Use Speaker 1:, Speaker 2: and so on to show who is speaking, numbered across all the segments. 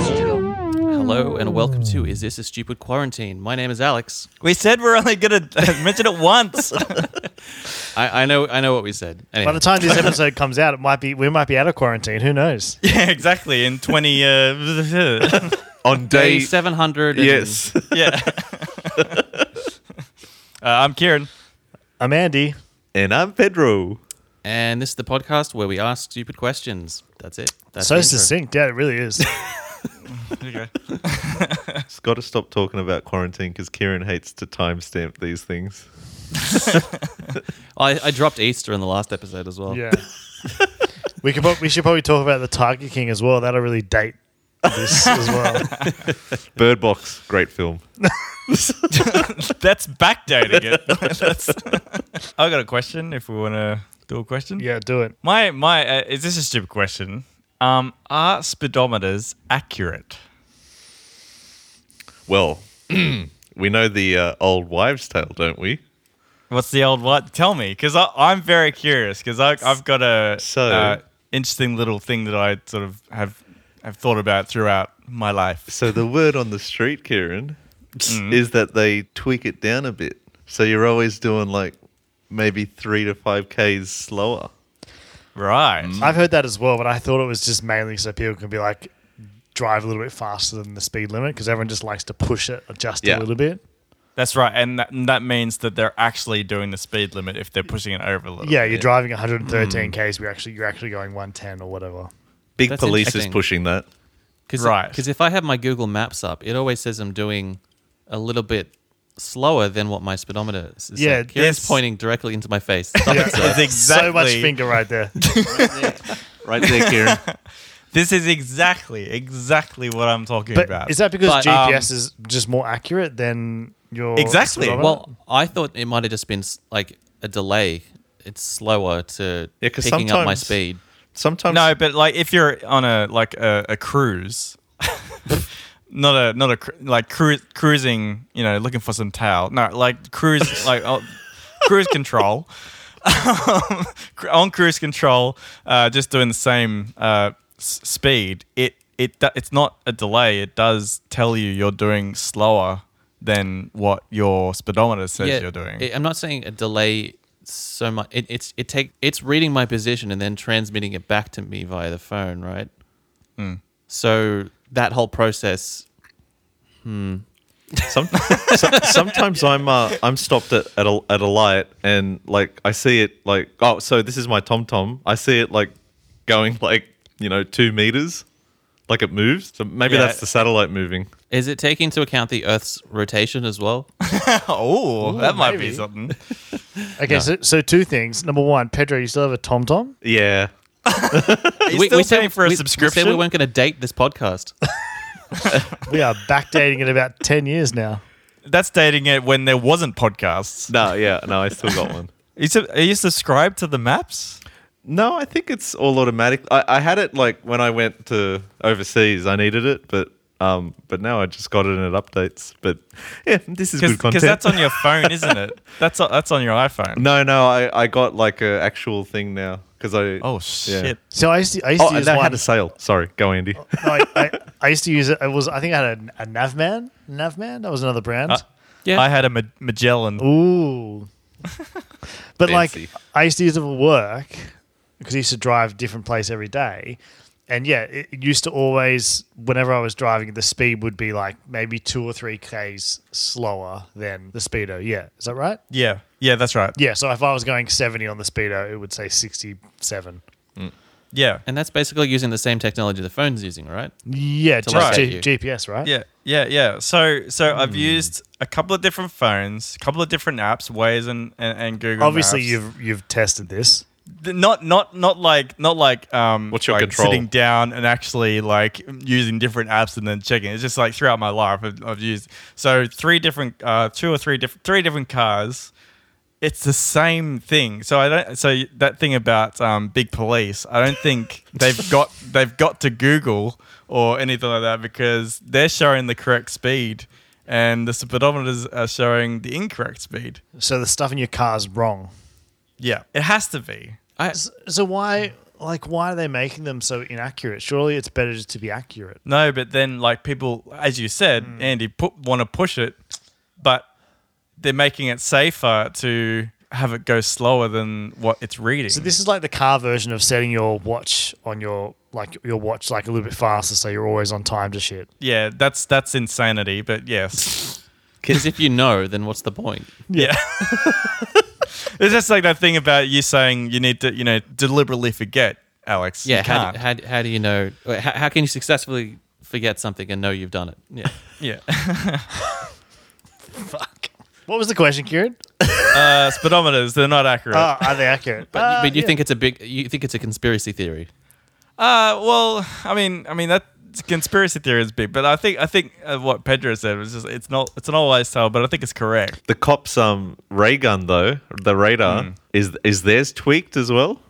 Speaker 1: Hello and welcome to Is This a Stupid Quarantine? My name is Alex.
Speaker 2: We said we're only going to mention it once.
Speaker 1: I, I know I know what we said.
Speaker 3: By
Speaker 1: Anyway,
Speaker 3: the time this episode comes out, it might be we might be out of quarantine. Who knows?
Speaker 2: yeah, exactly. In 20. Uh,
Speaker 4: On
Speaker 1: day
Speaker 4: day,
Speaker 1: 700. and-
Speaker 4: yes,
Speaker 2: yeah. Uh, I'm Kieran.
Speaker 3: I'm Andy.
Speaker 4: and I'm Pedro.
Speaker 1: And this is the podcast where we ask stupid questions. That's it. That's
Speaker 3: so
Speaker 1: the intro.
Speaker 3: succinct. Yeah, it really is.
Speaker 4: Just got to stop talking about quarantine because Kieran hates to timestamp these things.
Speaker 1: I, I dropped Easter in the last episode as well.
Speaker 3: yeah. We could prob- we should probably talk about the Tiger King as well. That'll really date this as well.
Speaker 4: Bird Box, great film.
Speaker 2: That's backdating it. That's- I got a question if we want to do a question.
Speaker 3: Yeah, do it.
Speaker 2: My, my, uh, is this a stupid question? Um, are speedometers accurate?
Speaker 4: Well, we know the uh, old wives' tale, don't we?
Speaker 2: What's the old what? Tell me, because I'm very curious. Because I've got a
Speaker 4: So-
Speaker 2: uh, interesting little thing that I sort of have have thought about throughout my life.
Speaker 4: So the word on the street, Kieran, is that they tweak it down a bit. So you're always doing like maybe three to five k's slower.
Speaker 2: Right.
Speaker 3: I've heard that as well, but I thought it was just mainly so people can be like drive a little bit faster than the speed limit because everyone just likes to push it just
Speaker 4: Yeah.
Speaker 3: a little bit.
Speaker 2: That's right, and that, and that means that they're actually doing the speed limit if they're pushing it over a little.
Speaker 3: Yeah, you're driving 113 k's. We're actually you're actually going 110 or whatever.
Speaker 4: Big
Speaker 1: That's
Speaker 4: police is
Speaker 1: interesting.
Speaker 4: pushing that.
Speaker 1: Cause,
Speaker 2: Right.
Speaker 1: Because if I have my Google Maps up, it always says I'm doing a little bit slower than what my speedometer is. It's
Speaker 3: Yeah,
Speaker 1: like, Kieran's
Speaker 2: this-
Speaker 1: pointing directly into my face.
Speaker 2: That's exactly
Speaker 3: So much finger right there.
Speaker 4: Right there, Kieran.
Speaker 2: This is exactly exactly what I'm talking about.
Speaker 3: But is that because
Speaker 1: But, um,
Speaker 3: GPS is just more accurate than your
Speaker 2: Exactly.
Speaker 3: speedometer?
Speaker 1: Well, I thought it might have just been s- like a delay. It's slower to
Speaker 4: Yeah, 'cause
Speaker 1: picking up my
Speaker 4: sometimes-
Speaker 1: speed.
Speaker 4: Sometimes
Speaker 2: no, but like if you're on a like a, a cruise, not a not a cru- like cru- cruising, you know, looking for some towel. No, like cruise like oh, cruise control. Cru- on cruise control, uh, just doing the same uh, s- speed. It it do- it's not a delay. It does tell you you're doing slower than what your speedometer says you're doing.
Speaker 1: it- I'm not saying a delay so much. It, it's it take it's reading my position and then transmitting it back to me via the phone, right?
Speaker 2: Hmm.
Speaker 1: So that whole process.
Speaker 4: Some, so, sometimes I'm uh, I'm stopped at at a, at a light and like I see it like oh so this is my tom tom I see it like going like you know two meters like it moves so maybe
Speaker 2: Yeah.
Speaker 4: that's the satellite moving
Speaker 1: Is it taking into account the Earth's rotation as well?
Speaker 2: oh, that might
Speaker 3: maybe.
Speaker 2: be something.
Speaker 3: okay, so, so two things. Number one, Pedro, you still have a TomTom?
Speaker 4: yeah
Speaker 2: Are you still paying for a
Speaker 1: we- We
Speaker 2: subscription?
Speaker 1: said we weren't going to date this podcast.
Speaker 3: We are backdating it about 10 years now.
Speaker 2: That's dating it when there wasn't podcasts.
Speaker 4: no yeah no I still got one
Speaker 2: Are you, sub- are you subscribed to the maps?
Speaker 4: no I think it's all automatic I, I had it like when I went to overseas I needed it but um but now I just got it and it updates but yeah this is good
Speaker 2: Because
Speaker 4: content
Speaker 2: that's on your phone, isn't it? That's on, that's on your iPhone.
Speaker 4: no no I I got like a actual thing now because I
Speaker 2: Oh
Speaker 4: yeah.
Speaker 2: shit!
Speaker 3: So I used to, I used
Speaker 4: Oh,
Speaker 3: to
Speaker 4: and
Speaker 3: use
Speaker 4: that
Speaker 3: one.
Speaker 4: had a sale. Sorry, go Andy.
Speaker 3: no, I, I, I used to use it. It was I think I had a, a Navman. Navman? That was another brand.
Speaker 2: Uh,
Speaker 1: Yeah.
Speaker 2: I had a Ma- Magellan.
Speaker 3: Ooh. but
Speaker 4: Fancy.
Speaker 3: like, I used to use it for work because I used to drive different place every day. And yeah, it it used to always, whenever I was driving, the speed would be like maybe two or three Ks slower than the speedo. Yeah. Is that right?
Speaker 2: Yeah, yeah, that's right.
Speaker 3: Yeah. So if I was going 70 on the speedo, it would say 67.
Speaker 2: Yeah,
Speaker 1: and that's basically using the same technology the phone's using, right?
Speaker 3: Yeah.
Speaker 1: To
Speaker 3: Just
Speaker 2: locate
Speaker 3: G-
Speaker 1: you.
Speaker 3: GPS, right?
Speaker 2: yeah, yeah, yeah. So, so I've used a couple of different phones, a couple of different apps, Waze and and, and Google.
Speaker 3: Obviously,
Speaker 2: Maps.
Speaker 3: you've you've tested this.
Speaker 2: Th- not not not like not like um
Speaker 4: What's your
Speaker 2: like
Speaker 4: control?
Speaker 2: sitting down and actually like using different apps and then checking it's just like throughout my life I've, I've used so three different uh two or three different three different cars it's the same thing so i don't so that thing about um big police i don't think they've got they've got to google or anything like that because they're showing the correct speed and the speedometers are showing the incorrect speed
Speaker 3: So the stuff in your car's wrong.
Speaker 2: yeah it has to be
Speaker 1: I,
Speaker 3: S- So why like why are they making them so inaccurate? Surely it's better just to be accurate.
Speaker 2: No, but then like people, as you said, Andy, put, want to push it, but they're making it safer to have it go slower than what it's reading.
Speaker 3: So this is like the car version of setting your watch on your like your watch like a little bit faster so you're always on time to shit.
Speaker 2: yeah, that's that's insanity. But yes,
Speaker 1: Because if you know, then what's the point?
Speaker 2: yeah. it's just like that thing about you saying you need to, you know, deliberately forget, Alex.
Speaker 1: Yeah.
Speaker 2: you
Speaker 1: How,
Speaker 2: can't.
Speaker 1: do- how, do- how do you know? wait, How, how can you successfully forget something and know you've done it? Yeah.
Speaker 2: yeah.
Speaker 3: Fuck. What was the question, Kieran?
Speaker 2: uh, speedometers, they're not accurate.
Speaker 3: Oh, are they accurate?
Speaker 1: But, but you think it's a big? You think it's a conspiracy theory?
Speaker 2: Uh, well, I mean, I mean that conspiracy theory is big, but I think I think uh, what Pedro said was just it's not it's an old wives' tale, but I think it's correct.
Speaker 4: The cop's um ray gun though, the radar is is theirs tweaked as well.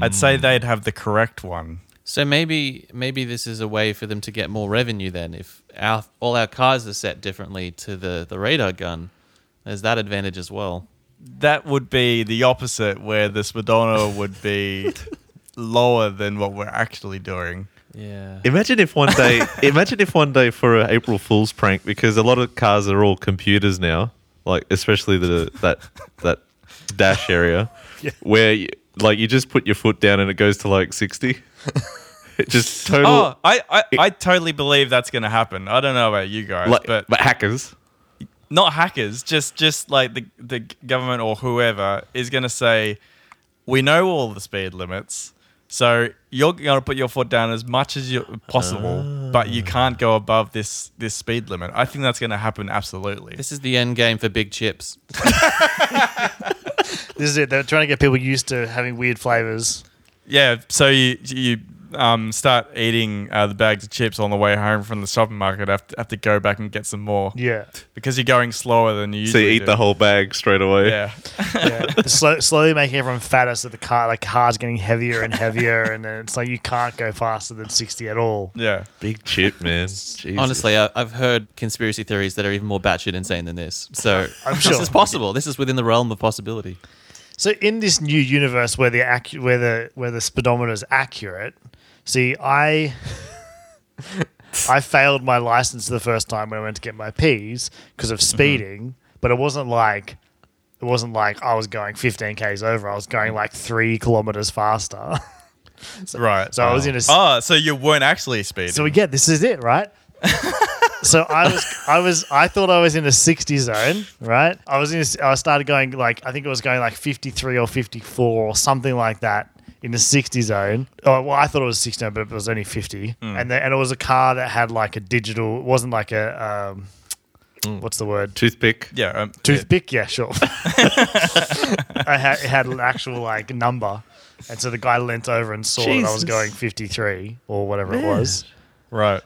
Speaker 2: I'd say
Speaker 4: Mm.
Speaker 2: they'd have the correct one.
Speaker 1: So maybe maybe this is a way for them to get more revenue. Then, if our all our cars are set differently to the the radar gun, there's that advantage as well.
Speaker 2: That would be the opposite, where the speedometer would be lower than what we're actually doing.
Speaker 1: Yeah.
Speaker 4: Imagine if one day, imagine if one day for an April Fool's prank, because a lot of cars are all computers now, like especially the that that dash area, where you, like you just put your foot down and it goes to like sixty. It just total
Speaker 2: Oh, I I, I totally believe that's gonna happen. I don't know about you guys,
Speaker 4: like
Speaker 2: but
Speaker 4: but, hackers.
Speaker 2: not hackers, just just like the the government or whoever is going to say, we know all the speed limits, so you're going to put your foot down as much as you possible, but you can't go above this this speed limit. I think that's going to happen absolutely.
Speaker 1: This is the end game for big chips.
Speaker 3: This is it. They're trying to get people used to having weird flavors.
Speaker 2: Yeah, so you you um, start eating uh, the bags of chips on the way home from the supermarket. Have to, have to go back and get some more
Speaker 3: Yeah.
Speaker 2: because you're going slower than you
Speaker 4: So
Speaker 2: usually
Speaker 4: you eat
Speaker 2: do.
Speaker 4: the whole bag straight away.
Speaker 2: yeah.
Speaker 3: Yeah. Slow, slowly making everyone fatter so the car like car's getting heavier and heavier and then it's like you can't go faster than 60 at all.
Speaker 2: Yeah.
Speaker 4: Big chip, man. Jesus.
Speaker 1: Honestly, I, I've heard conspiracy theories that are even more batshit insane than this. So
Speaker 3: I'm
Speaker 1: this
Speaker 3: sure.
Speaker 1: is possible. This is within the realm of possibility.
Speaker 3: So in this new universe where the ac- where the where the speedometer is accurate, see I I failed my license the first time when I went to get my P's because of speeding, but it wasn't like it wasn't like I was going 15 k's over. I was going like three kilometers faster.
Speaker 2: right.
Speaker 3: So I was in a s-
Speaker 2: Oh, so you weren't actually speeding.
Speaker 3: So again, this is it, right? so I was, I was, I thought I was in a sixty zone, right? I was in, a, I started going like, I think it was going like fifty three or fifty four or something like that in the sixty zone. Oh, well, I thought it was sixty, but it was only fifty, and the, and it was a car that had like a digital. It wasn't like a, um, what's the word?
Speaker 4: toothpick.
Speaker 2: yeah. Um, yeah.
Speaker 3: Toothpick, yeah, sure. I had, it had an actual like number, and so the guy leant over and saw that I was
Speaker 4: Jesus.
Speaker 3: going fifty three or whatever it was.
Speaker 2: Right.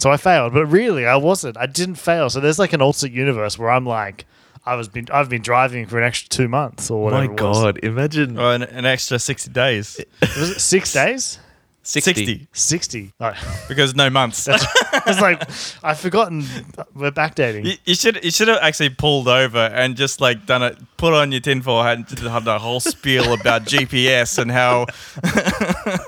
Speaker 3: So I failed, but really I wasn't. I didn't fail. So there's like an alternate universe where I'm like, I was been I've been driving for an extra two months or
Speaker 4: My
Speaker 3: whatever. it was.
Speaker 4: God, imagine.
Speaker 2: Well, an, an extra 60 days.
Speaker 3: was it six days?
Speaker 1: 60.
Speaker 3: Sixty. No.
Speaker 2: because no months.
Speaker 3: it's like I've forgotten. We're backdating.
Speaker 2: you, you should you should have actually pulled over and just like done it, put on your tinfoil hat and did the- the whole spiel about GPS and how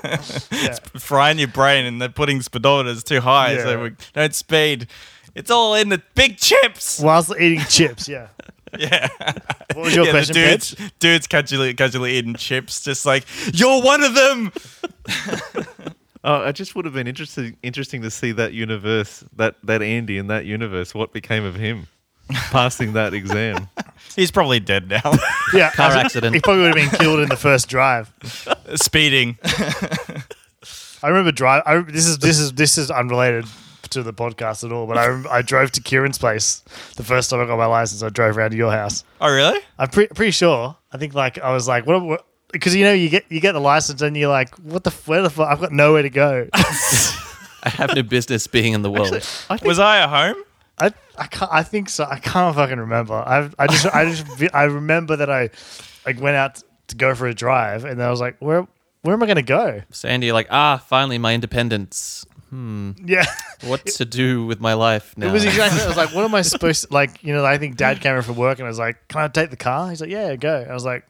Speaker 2: frying your brain and they're putting speedometers too high
Speaker 3: Yeah.
Speaker 2: so we don't speed. It's all in the big chips.
Speaker 3: Whilst eating chips, yeah.
Speaker 2: Yeah.
Speaker 3: What was your
Speaker 2: yeah,
Speaker 3: question,
Speaker 2: the dudes,
Speaker 3: Ped?
Speaker 2: dudes casually, casually eating chips, just like, you're one of them.
Speaker 4: Oh, I just would have been interesting interesting to see that universe, that that Andy in that universe. What became of him? Passing that exam.
Speaker 2: He's probably dead now.
Speaker 3: Yeah,
Speaker 1: Car
Speaker 3: I-
Speaker 1: accident.
Speaker 3: He probably would have been killed in the first drive.
Speaker 2: Speeding.
Speaker 3: I remember drive. I, this is this is this is unrelated to the podcast at all. But I rem- I drove to Kieran's place the first time I got my license. I drove around to your house.
Speaker 2: Oh, really?
Speaker 3: I'm pre- pretty sure. I think like I was like, what? Because you know you get you get the license and you're like, what the f- where the fuck? I've got nowhere to go.
Speaker 1: I have no business being in the world.
Speaker 2: Was I at home?
Speaker 3: I I can't. I think so. I can't fucking remember. I I just I just vi- I remember that I like went out to go for a drive and then I was like, where where am I gonna go?
Speaker 1: Sandy, you're like, ah, finally my independence.
Speaker 3: Yeah.
Speaker 1: What to do with my life now?
Speaker 3: It was exactly. that. I was like, "What am I supposed to like?" You know, I think Dad came in from work, and I was like, "Can I take the car?" He's like, "Yeah, go." I was like,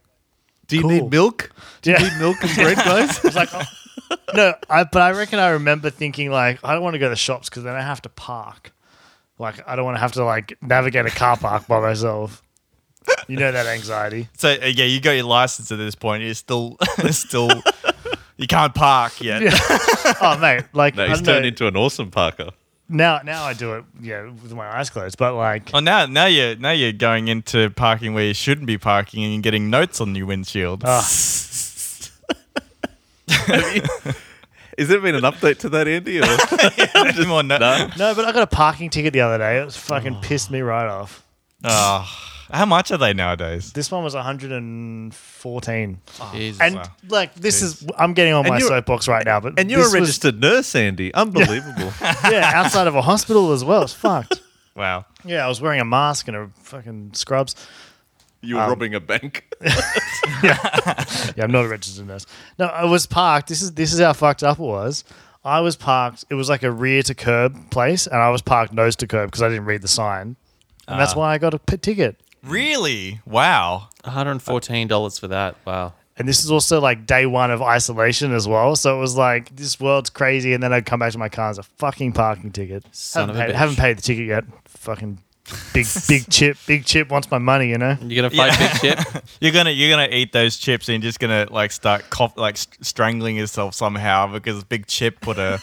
Speaker 4: Do you
Speaker 3: Cool.
Speaker 4: need milk? Do you
Speaker 3: Yeah.
Speaker 4: need milk and bread, guys?
Speaker 3: It's like, oh. no, I, but I reckon I remember thinking like, I don't want to go to shops because then I have to park. Like, I don't want to have to like navigate a car park by myself. You know that anxiety.
Speaker 2: So uh, yeah, you got your license at this point. You're still, it's still, you can't park yet.
Speaker 3: Oh mate, like
Speaker 4: no,
Speaker 3: I
Speaker 4: he's
Speaker 3: don't know,
Speaker 4: turned into an awesome Parker.
Speaker 3: now. Now I do it, yeah, with my eyes closed. But like,
Speaker 2: Oh, now now you're now you're going into parking where you shouldn't be parking, and you're getting notes on your windshield.
Speaker 3: ah,
Speaker 4: Has there been an update to that, Andy? Or?
Speaker 2: Any more no-
Speaker 3: no, but I got a parking ticket the other day. It was fucking
Speaker 4: Oh.
Speaker 3: pissed me right off.
Speaker 2: Oh, how much are they nowadays?
Speaker 3: This one was 114,
Speaker 4: Oh,
Speaker 1: Jesus.
Speaker 3: and
Speaker 2: wow.
Speaker 3: like this is I'm getting on
Speaker 4: And
Speaker 3: my
Speaker 4: you're-
Speaker 3: soapbox right now. But
Speaker 4: and you're
Speaker 3: this
Speaker 4: a
Speaker 3: was-
Speaker 4: registered nurse, Andy. Unbelievable.
Speaker 3: yeah, outside of a hospital as well. It's fucked.
Speaker 2: Wow.
Speaker 3: Yeah, I was wearing a mask and a fucking scrubs.
Speaker 4: You're robbing a bank.
Speaker 3: Yeah, I'm not a registered nurse. No, I was parked. This is this is how fucked up it was. I was parked. It was like a rear to curb place, and I was parked nose to curb because I didn't read the sign, and that's why I got a p- ticket.
Speaker 2: Really? Wow.
Speaker 1: $114 for that. Wow.
Speaker 3: And this is also like day one of isolation as well. So it was like this world's crazy, and then I'd come back to my car as a fucking parking ticket.
Speaker 1: Son
Speaker 3: haven't,
Speaker 1: of a
Speaker 3: paid,
Speaker 1: bitch.
Speaker 3: haven't paid the ticket yet. Fucking big big chip, big chip wants my money. You know.
Speaker 1: You're going to fight Big Chip?
Speaker 2: You're gonna you're gonna eat those chips and you're just gonna like start cough, like st- strangling yourself somehow because Big Chip put a,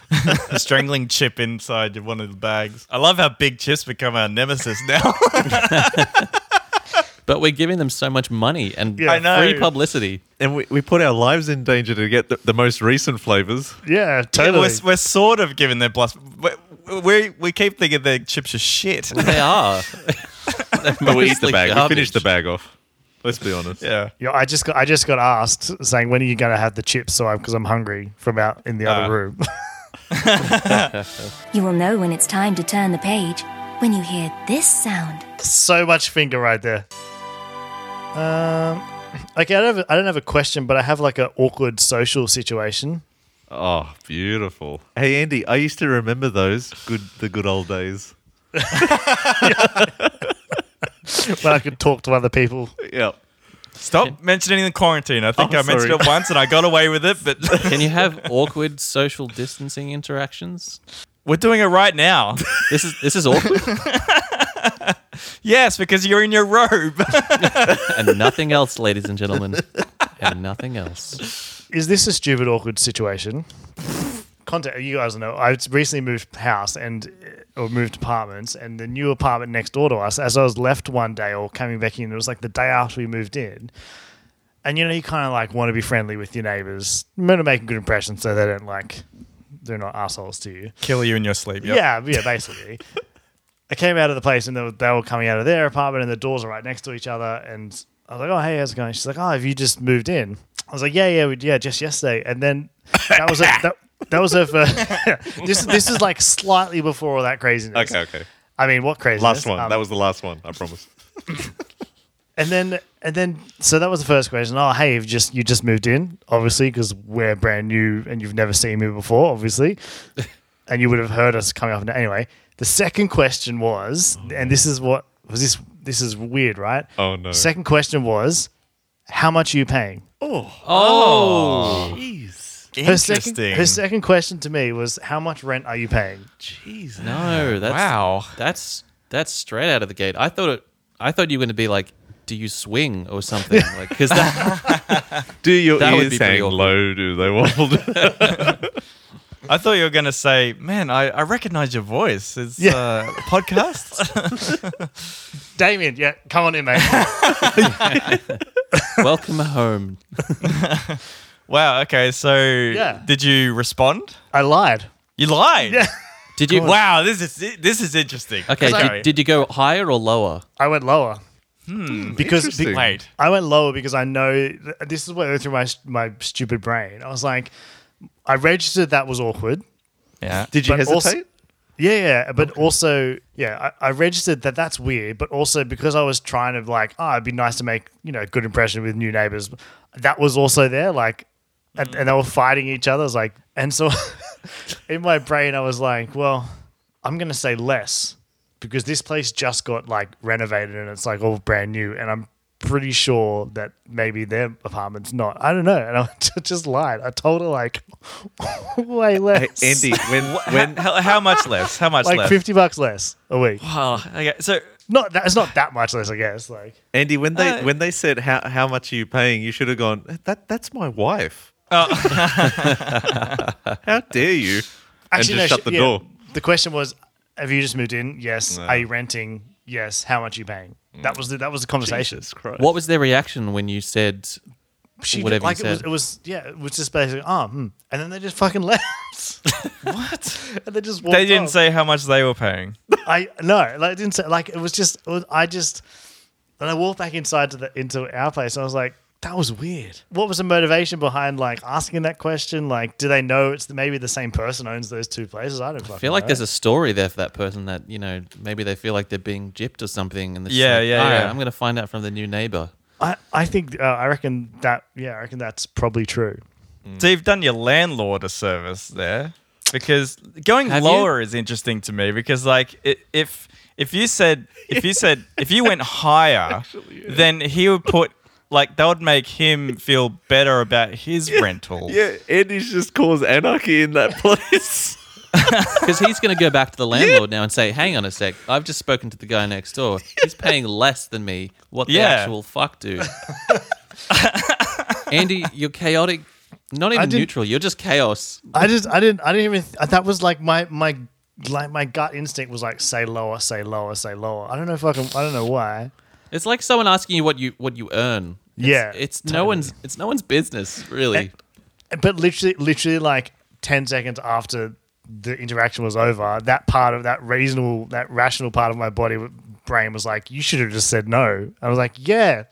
Speaker 2: a strangling chip inside one of the bags. I love how Big Chip's become our nemesis now.
Speaker 1: But we're giving them so much money and
Speaker 3: Yeah. I
Speaker 2: know.
Speaker 1: free publicity.
Speaker 4: and we, we put our lives in danger to get the, the most recent flavors.
Speaker 3: Yeah,
Speaker 2: we're,
Speaker 3: totally.
Speaker 2: s- we're sort of giving them plus. we- We we keep thinking their chips are shit.
Speaker 1: They are.
Speaker 4: But we eat the bag. We
Speaker 1: Garbage.
Speaker 4: finish the bag off. Let's be honest.
Speaker 2: yeah.
Speaker 3: Yo, I just got I just got asked saying when are you gonna have the chips? So I'm because I'm hungry from out in the
Speaker 2: Ah.
Speaker 3: other room.
Speaker 5: You will know when it's time to turn the page when you hear this sound.
Speaker 3: so much finger right there. Um, okay, I don't have, I don't have a question, but I have like an awkward social situation.
Speaker 4: Oh, beautiful. Hey, Andy, I used to remember those good the good old days.
Speaker 3: when I could talk to other people.
Speaker 4: Yeah.
Speaker 2: Stop mentioning the quarantine. I think
Speaker 4: Oh,
Speaker 2: I mentioned
Speaker 4: sorry.
Speaker 2: it once and I got away with it, but
Speaker 1: Can you have awkward social distancing interactions?
Speaker 2: we're doing it right now.
Speaker 1: This is this is awkward
Speaker 2: yes, because you're in your robe.
Speaker 1: and nothing else, ladies and gentlemen. And nothing else.
Speaker 3: Is this a stupid awkward situation? Contact you guys know. I recently moved house and uh, or moved apartments, and the new apartment next door to us. As I was left one day or coming back in, it was like the day after we moved in. And you know, you kind of like want to be friendly with your neighbors, want to make a good impression, so they don't like they're not assholes to you.
Speaker 2: Kill you in your sleep.
Speaker 3: Yeah, yeah, basically. I came out of the place and they were, they were coming out of their apartment and the doors are right next to each other. And I was like, oh, hey, how's it going? She's like, oh, have you just moved in? I was like, yeah, yeah, we, yeah, just yesterday. And then that was a, that, that was her first. this, this is like slightly before all that craziness.
Speaker 4: Okay, okay.
Speaker 3: I mean, what craziness?
Speaker 4: Last one.
Speaker 3: Um,
Speaker 4: that was the last one, I promise.
Speaker 3: and then and then so that was the first question. Oh, hey, you've just you just moved in, obviously, because we're brand new and you've never seen me before, obviously, and you would have heard us coming up. and- Anyway, the second question was, and this is what was this this is weird, right?
Speaker 4: Oh, no.
Speaker 3: Second question was, how much are you paying?
Speaker 1: Oh,
Speaker 4: Jeez.
Speaker 3: Her second,
Speaker 2: Interesting.
Speaker 3: her second question to me was, how much rent are you paying?
Speaker 4: Jeez.
Speaker 1: no, that's
Speaker 2: wow.
Speaker 1: that's that's straight out of the gate. I thought it I thought you were gonna be like, do you swing or something? Like because that
Speaker 4: Do your
Speaker 1: That would
Speaker 4: ears
Speaker 1: be pretty
Speaker 4: hang
Speaker 1: awkward.
Speaker 4: low? Do they wobble?
Speaker 2: I thought you were going to say, man, I, I recognize your voice. It's
Speaker 3: Yeah.
Speaker 2: uh, podcast.
Speaker 3: Damien, yeah, come on in, mate.
Speaker 1: welcome home.
Speaker 2: wow. Okay. So
Speaker 3: Yeah.
Speaker 2: did you respond?
Speaker 3: I lied.
Speaker 2: You lied.
Speaker 3: Yeah,
Speaker 1: Did you
Speaker 2: Wow. This is this is interesting.
Speaker 1: Okay,
Speaker 2: Sorry.
Speaker 1: did, did you go higher or lower?
Speaker 3: I went lower because
Speaker 4: Hmm, Interesting.
Speaker 2: Wait.
Speaker 3: I went lower because I know this is what went through my my stupid brain. I was like, I registered that was awkward.
Speaker 2: Yeah.
Speaker 4: Did you
Speaker 3: But
Speaker 4: hesitate?
Speaker 3: also- Yeah, yeah, but also, yeah, I, I registered that that's weird, but also because I was trying to like, oh, it'd be nice to make you know a good impression with new neighbors. That was also there, like, and,
Speaker 4: Mm.
Speaker 3: and they were fighting each other. I was like, and so in my brain, I was like, well, I'm gonna say less because this place just got like renovated and it's like all brand new, and I'm pretty sure that maybe their apartment's not. I don't know. And I just lied. I told her like way less.
Speaker 4: Andy, when
Speaker 2: When,
Speaker 4: when
Speaker 2: how, how much less? How much
Speaker 3: like
Speaker 2: less?
Speaker 3: fifty bucks less a week.
Speaker 2: Oh, okay. So
Speaker 3: Not that it's not that much less, I guess. Like
Speaker 4: Andy, when they
Speaker 2: Uh,
Speaker 4: when they said how how much are you paying, you should have gone. That that's my wife. how dare you?
Speaker 3: Actually,
Speaker 4: and just
Speaker 3: no,
Speaker 4: shut
Speaker 3: sh-
Speaker 4: the
Speaker 3: yeah.
Speaker 4: door.
Speaker 3: The question was, have you just moved in? Yes. Are you renting? Yes. How much are you paying?
Speaker 4: Mm.
Speaker 3: That was the that was the conversation.
Speaker 4: Christ.
Speaker 1: What was their reaction when you said,
Speaker 3: She
Speaker 1: Whatever you
Speaker 3: like it was
Speaker 1: said.
Speaker 3: it was yeah it was just basically ah hmm. and then they just fucking left. what? And they just walked
Speaker 2: they didn't
Speaker 3: off.
Speaker 2: say how much they were paying.
Speaker 3: I no, like it didn't say like it was just it was, I just and I walked back inside to the into our place and I was like, that was weird. What was the motivation behind like asking that question? Like, do they know it's the, maybe the same person owns those two places? I don't fucking
Speaker 1: I feel like there's a story there for that person that, you know, maybe they feel like they're being gypped or something. And they're just
Speaker 2: Yeah,
Speaker 1: like,
Speaker 2: yeah,
Speaker 1: "All right,
Speaker 2: yeah.
Speaker 1: I'm going to find out from the new neighbor.
Speaker 3: I, I think uh, I reckon that yeah, I reckon that's probably true.
Speaker 2: So you've done your landlord a service there because going
Speaker 1: Have you?
Speaker 2: lower is interesting to me because like i if if you said if you said if you went higher then he would put like that would make him feel better about his rental.
Speaker 4: Yeah, Andy's just caused anarchy in that place.
Speaker 1: Because he's going to go back to the landlord now and say, hang on a sec. I've just spoken to the guy next door. He's paying less than me. What
Speaker 2: Yeah.
Speaker 1: the actual fuck, dude? Andy, you're chaotic. Not even
Speaker 3: didn't-
Speaker 1: neutral. You're just chaos.
Speaker 3: I just I didn't I didn't even th- that was like my my like my gut instinct was like say lower, say lower, say lower. I don't know if I can I don't know why.
Speaker 1: It's like someone asking you what you what you earn. It's-
Speaker 3: Yeah,
Speaker 1: it's no one's it's no one's business really.
Speaker 3: But literally, literally, like ten seconds after the interaction was over, that part of that reasonable, that rational part of my body brain was like, "You should have just said no." I was like, "Yeah,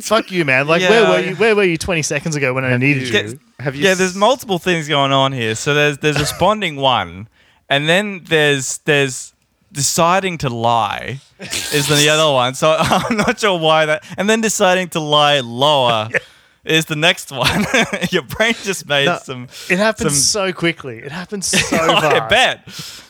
Speaker 3: fuck you, man! Like,
Speaker 2: Yeah,
Speaker 3: where were
Speaker 2: yeah.
Speaker 3: you? Where were you twenty seconds ago when I needed you?"
Speaker 2: Get-
Speaker 4: Have you
Speaker 2: yeah,
Speaker 4: s-
Speaker 2: there's multiple things going on here. So there's there's responding one, and then there's there's deciding to lie is the other one. So I'm not sure why that. And then deciding to lie lower is the next one. Your brain just made some.
Speaker 3: It happened
Speaker 2: some-
Speaker 3: so quickly. It happened so fast.
Speaker 2: I bet.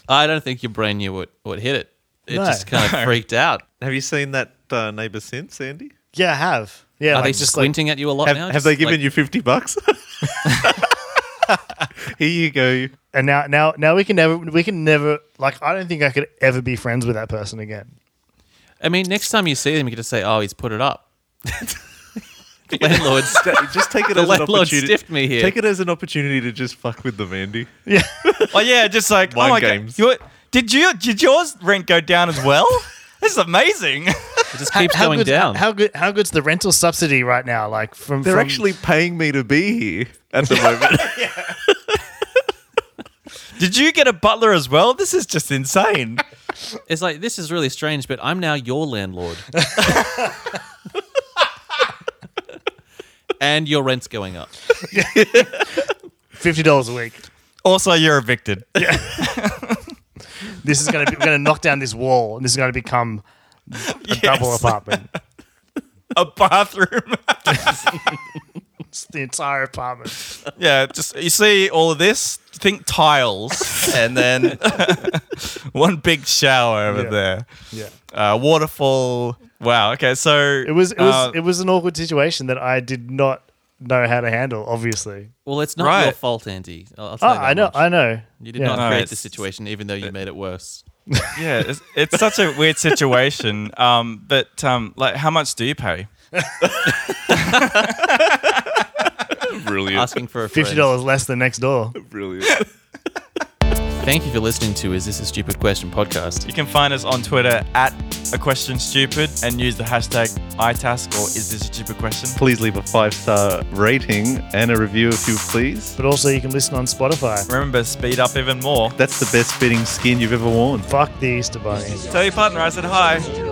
Speaker 1: I don't think your brain knew what what hit it. It
Speaker 3: No.
Speaker 1: just kind of freaked out.
Speaker 4: have you seen that uh, neighbor since, Andy?
Speaker 3: Yeah, I have. Yeah,
Speaker 1: Are
Speaker 3: like,
Speaker 1: they
Speaker 3: just like
Speaker 1: squinting at you a lot
Speaker 4: Have,
Speaker 1: now?
Speaker 4: have
Speaker 1: Just
Speaker 4: they given
Speaker 1: like-
Speaker 4: you fifty bucks? Here you go.
Speaker 3: and now, now, now we can never, we can never. Like, I don't think I could ever be friends with that person again.
Speaker 1: I mean, next time you see them, you can just say, "Oh, he's put it up." Landlords.
Speaker 4: Just take it
Speaker 1: The
Speaker 4: as an
Speaker 1: landlord
Speaker 4: opportunity.
Speaker 1: stiffed me here.
Speaker 4: Take it as an opportunity to just fuck with them, Andy.
Speaker 3: Yeah,
Speaker 2: Oh yeah, just like
Speaker 4: Mind
Speaker 2: oh my
Speaker 4: games.
Speaker 2: god, Your- did you did yours rent go down as well? this is amazing.
Speaker 1: It just keeps
Speaker 3: how
Speaker 1: going
Speaker 3: good's-
Speaker 1: down.
Speaker 3: How good? How good's the rental subsidy right now? Like from
Speaker 4: They're
Speaker 3: from-
Speaker 4: actually paying me to be here at the moment.
Speaker 2: did you get a butler as well? This is just insane.
Speaker 1: it's like this is really strange, but I'm now your landlord. and your rent's going up.
Speaker 3: fifty dollars a week.
Speaker 2: Also, you're evicted.
Speaker 3: This is gonna be, we're gonna knock down this wall, and this is gonna become a double apartment.
Speaker 2: A bathroom.
Speaker 3: It's the entire apartment.
Speaker 2: yeah, just you see all of this. Think tiles, and then one big shower over
Speaker 3: Yeah.
Speaker 2: there.
Speaker 3: Yeah,
Speaker 2: Uh, waterfall. Wow. Okay. So
Speaker 3: it was it was
Speaker 2: uh,
Speaker 3: it was an awkward situation that I did not know how to handle. Obviously,
Speaker 1: Well, it's not your
Speaker 2: Right.
Speaker 1: fault, Andy. I'll, I'll
Speaker 3: oh,
Speaker 1: tell you that
Speaker 3: I know,
Speaker 1: much.
Speaker 3: I know.
Speaker 1: You did
Speaker 3: Yeah.
Speaker 1: not
Speaker 2: No,
Speaker 1: create
Speaker 2: it's-
Speaker 1: the situation, even though you made it worse.
Speaker 2: yeah, it's, it's such a weird situation. Um, but um, like, how much do you pay?
Speaker 4: Brilliant.
Speaker 1: Asking for a friend.
Speaker 3: Fifty dollars less than next door.
Speaker 4: Brilliant.
Speaker 1: Thank you for listening to Is This a Stupid Question podcast.
Speaker 2: You can find us on Twitter at a question stupid and use the hashtag iTask or is this a stupid question?
Speaker 4: Please leave a five star rating and a review if you please.
Speaker 3: But also, you can listen on Spotify.
Speaker 2: Remember, speed up even more.
Speaker 4: That's the best fitting skin you've ever worn.
Speaker 3: Fuck the Easter Bunny.
Speaker 2: Tell your partner I said hi.